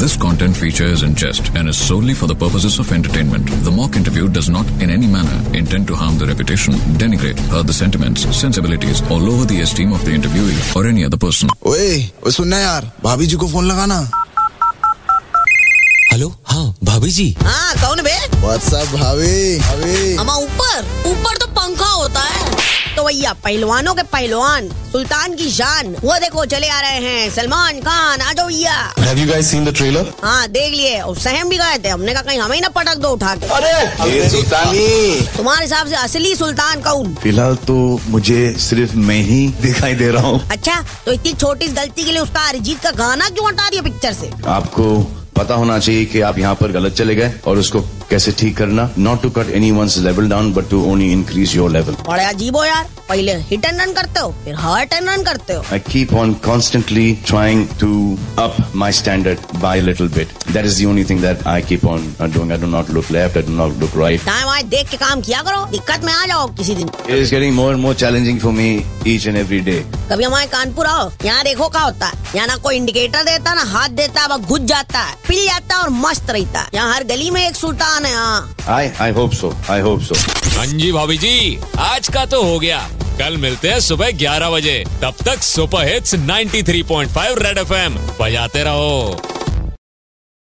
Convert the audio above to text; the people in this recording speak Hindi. This content feature is in jest and is solely for the purposes of entertainment. The mock interview does not in any manner intend to harm the reputation, denigrate, hurt the sentiments, sensibilities, or lower the esteem of the interviewee or any other person. ओए ओए सुनना यार भाभी जी को फोन लगाना हेलो हाँ भाभी जी हाँ कौन बे व्हाट्सअप भाभी भाभी अमा ऊपर ऊपर तो पंखा होता है तो भैया पहलवानों के पहलवान सुल्तान की शान वो देखो चले आ रहे हैं सलमान खान आ जाओ भैया Have you guys seen the trailer? हाँ देख लिए और सहम भी गए थे हमने कहा कहीं हमें ही ना पटक दो उठा के ये सुल्तानी तुम्हारे हिसाब से असली सुल्तान कौन फिलहाल तो मुझे सिर्फ मैं ही दिखाई दे रहा हूँ अच्छा तो इतनी छोटी सी गलती के लिए उसका अरिजीत का गाना क्यों हटा दिया पिक्चर से आपको पता होना चाहिए कि आप यहाँ पर गलत चले गए और उसको कैसे ठीक करना not to cut any one level down but to only increase your level बड़े अजीब हो यार पहले हिट एंड रन करते हो फिर हर्ट एंड रन करते हो I keep on constantly trying to up my standard by little bit that is the only thing that I keep on doing I do not look left I do not look right time आए देख के काम किया करो दिक्कत में आ जाओ किसी दिन it is getting more and more challenging for me each and every day कभी हमारे कानपुर आओ यहाँ देखो क्या होता है यहाँ ना कोई इंडिकेटर देता ना हाथ देता बस घुस जाता है पिल जाता है और मस्त रहता है यहाँ हर गली में एक सुल्तान है हाँ I I hope so I hope so हाँ जी भाभी जी आज का तो हो गया कल मिलते हैं सुबह 11 बजे तब तक सुपर हिट्स 93.5 रेड एफएम बजाते रहो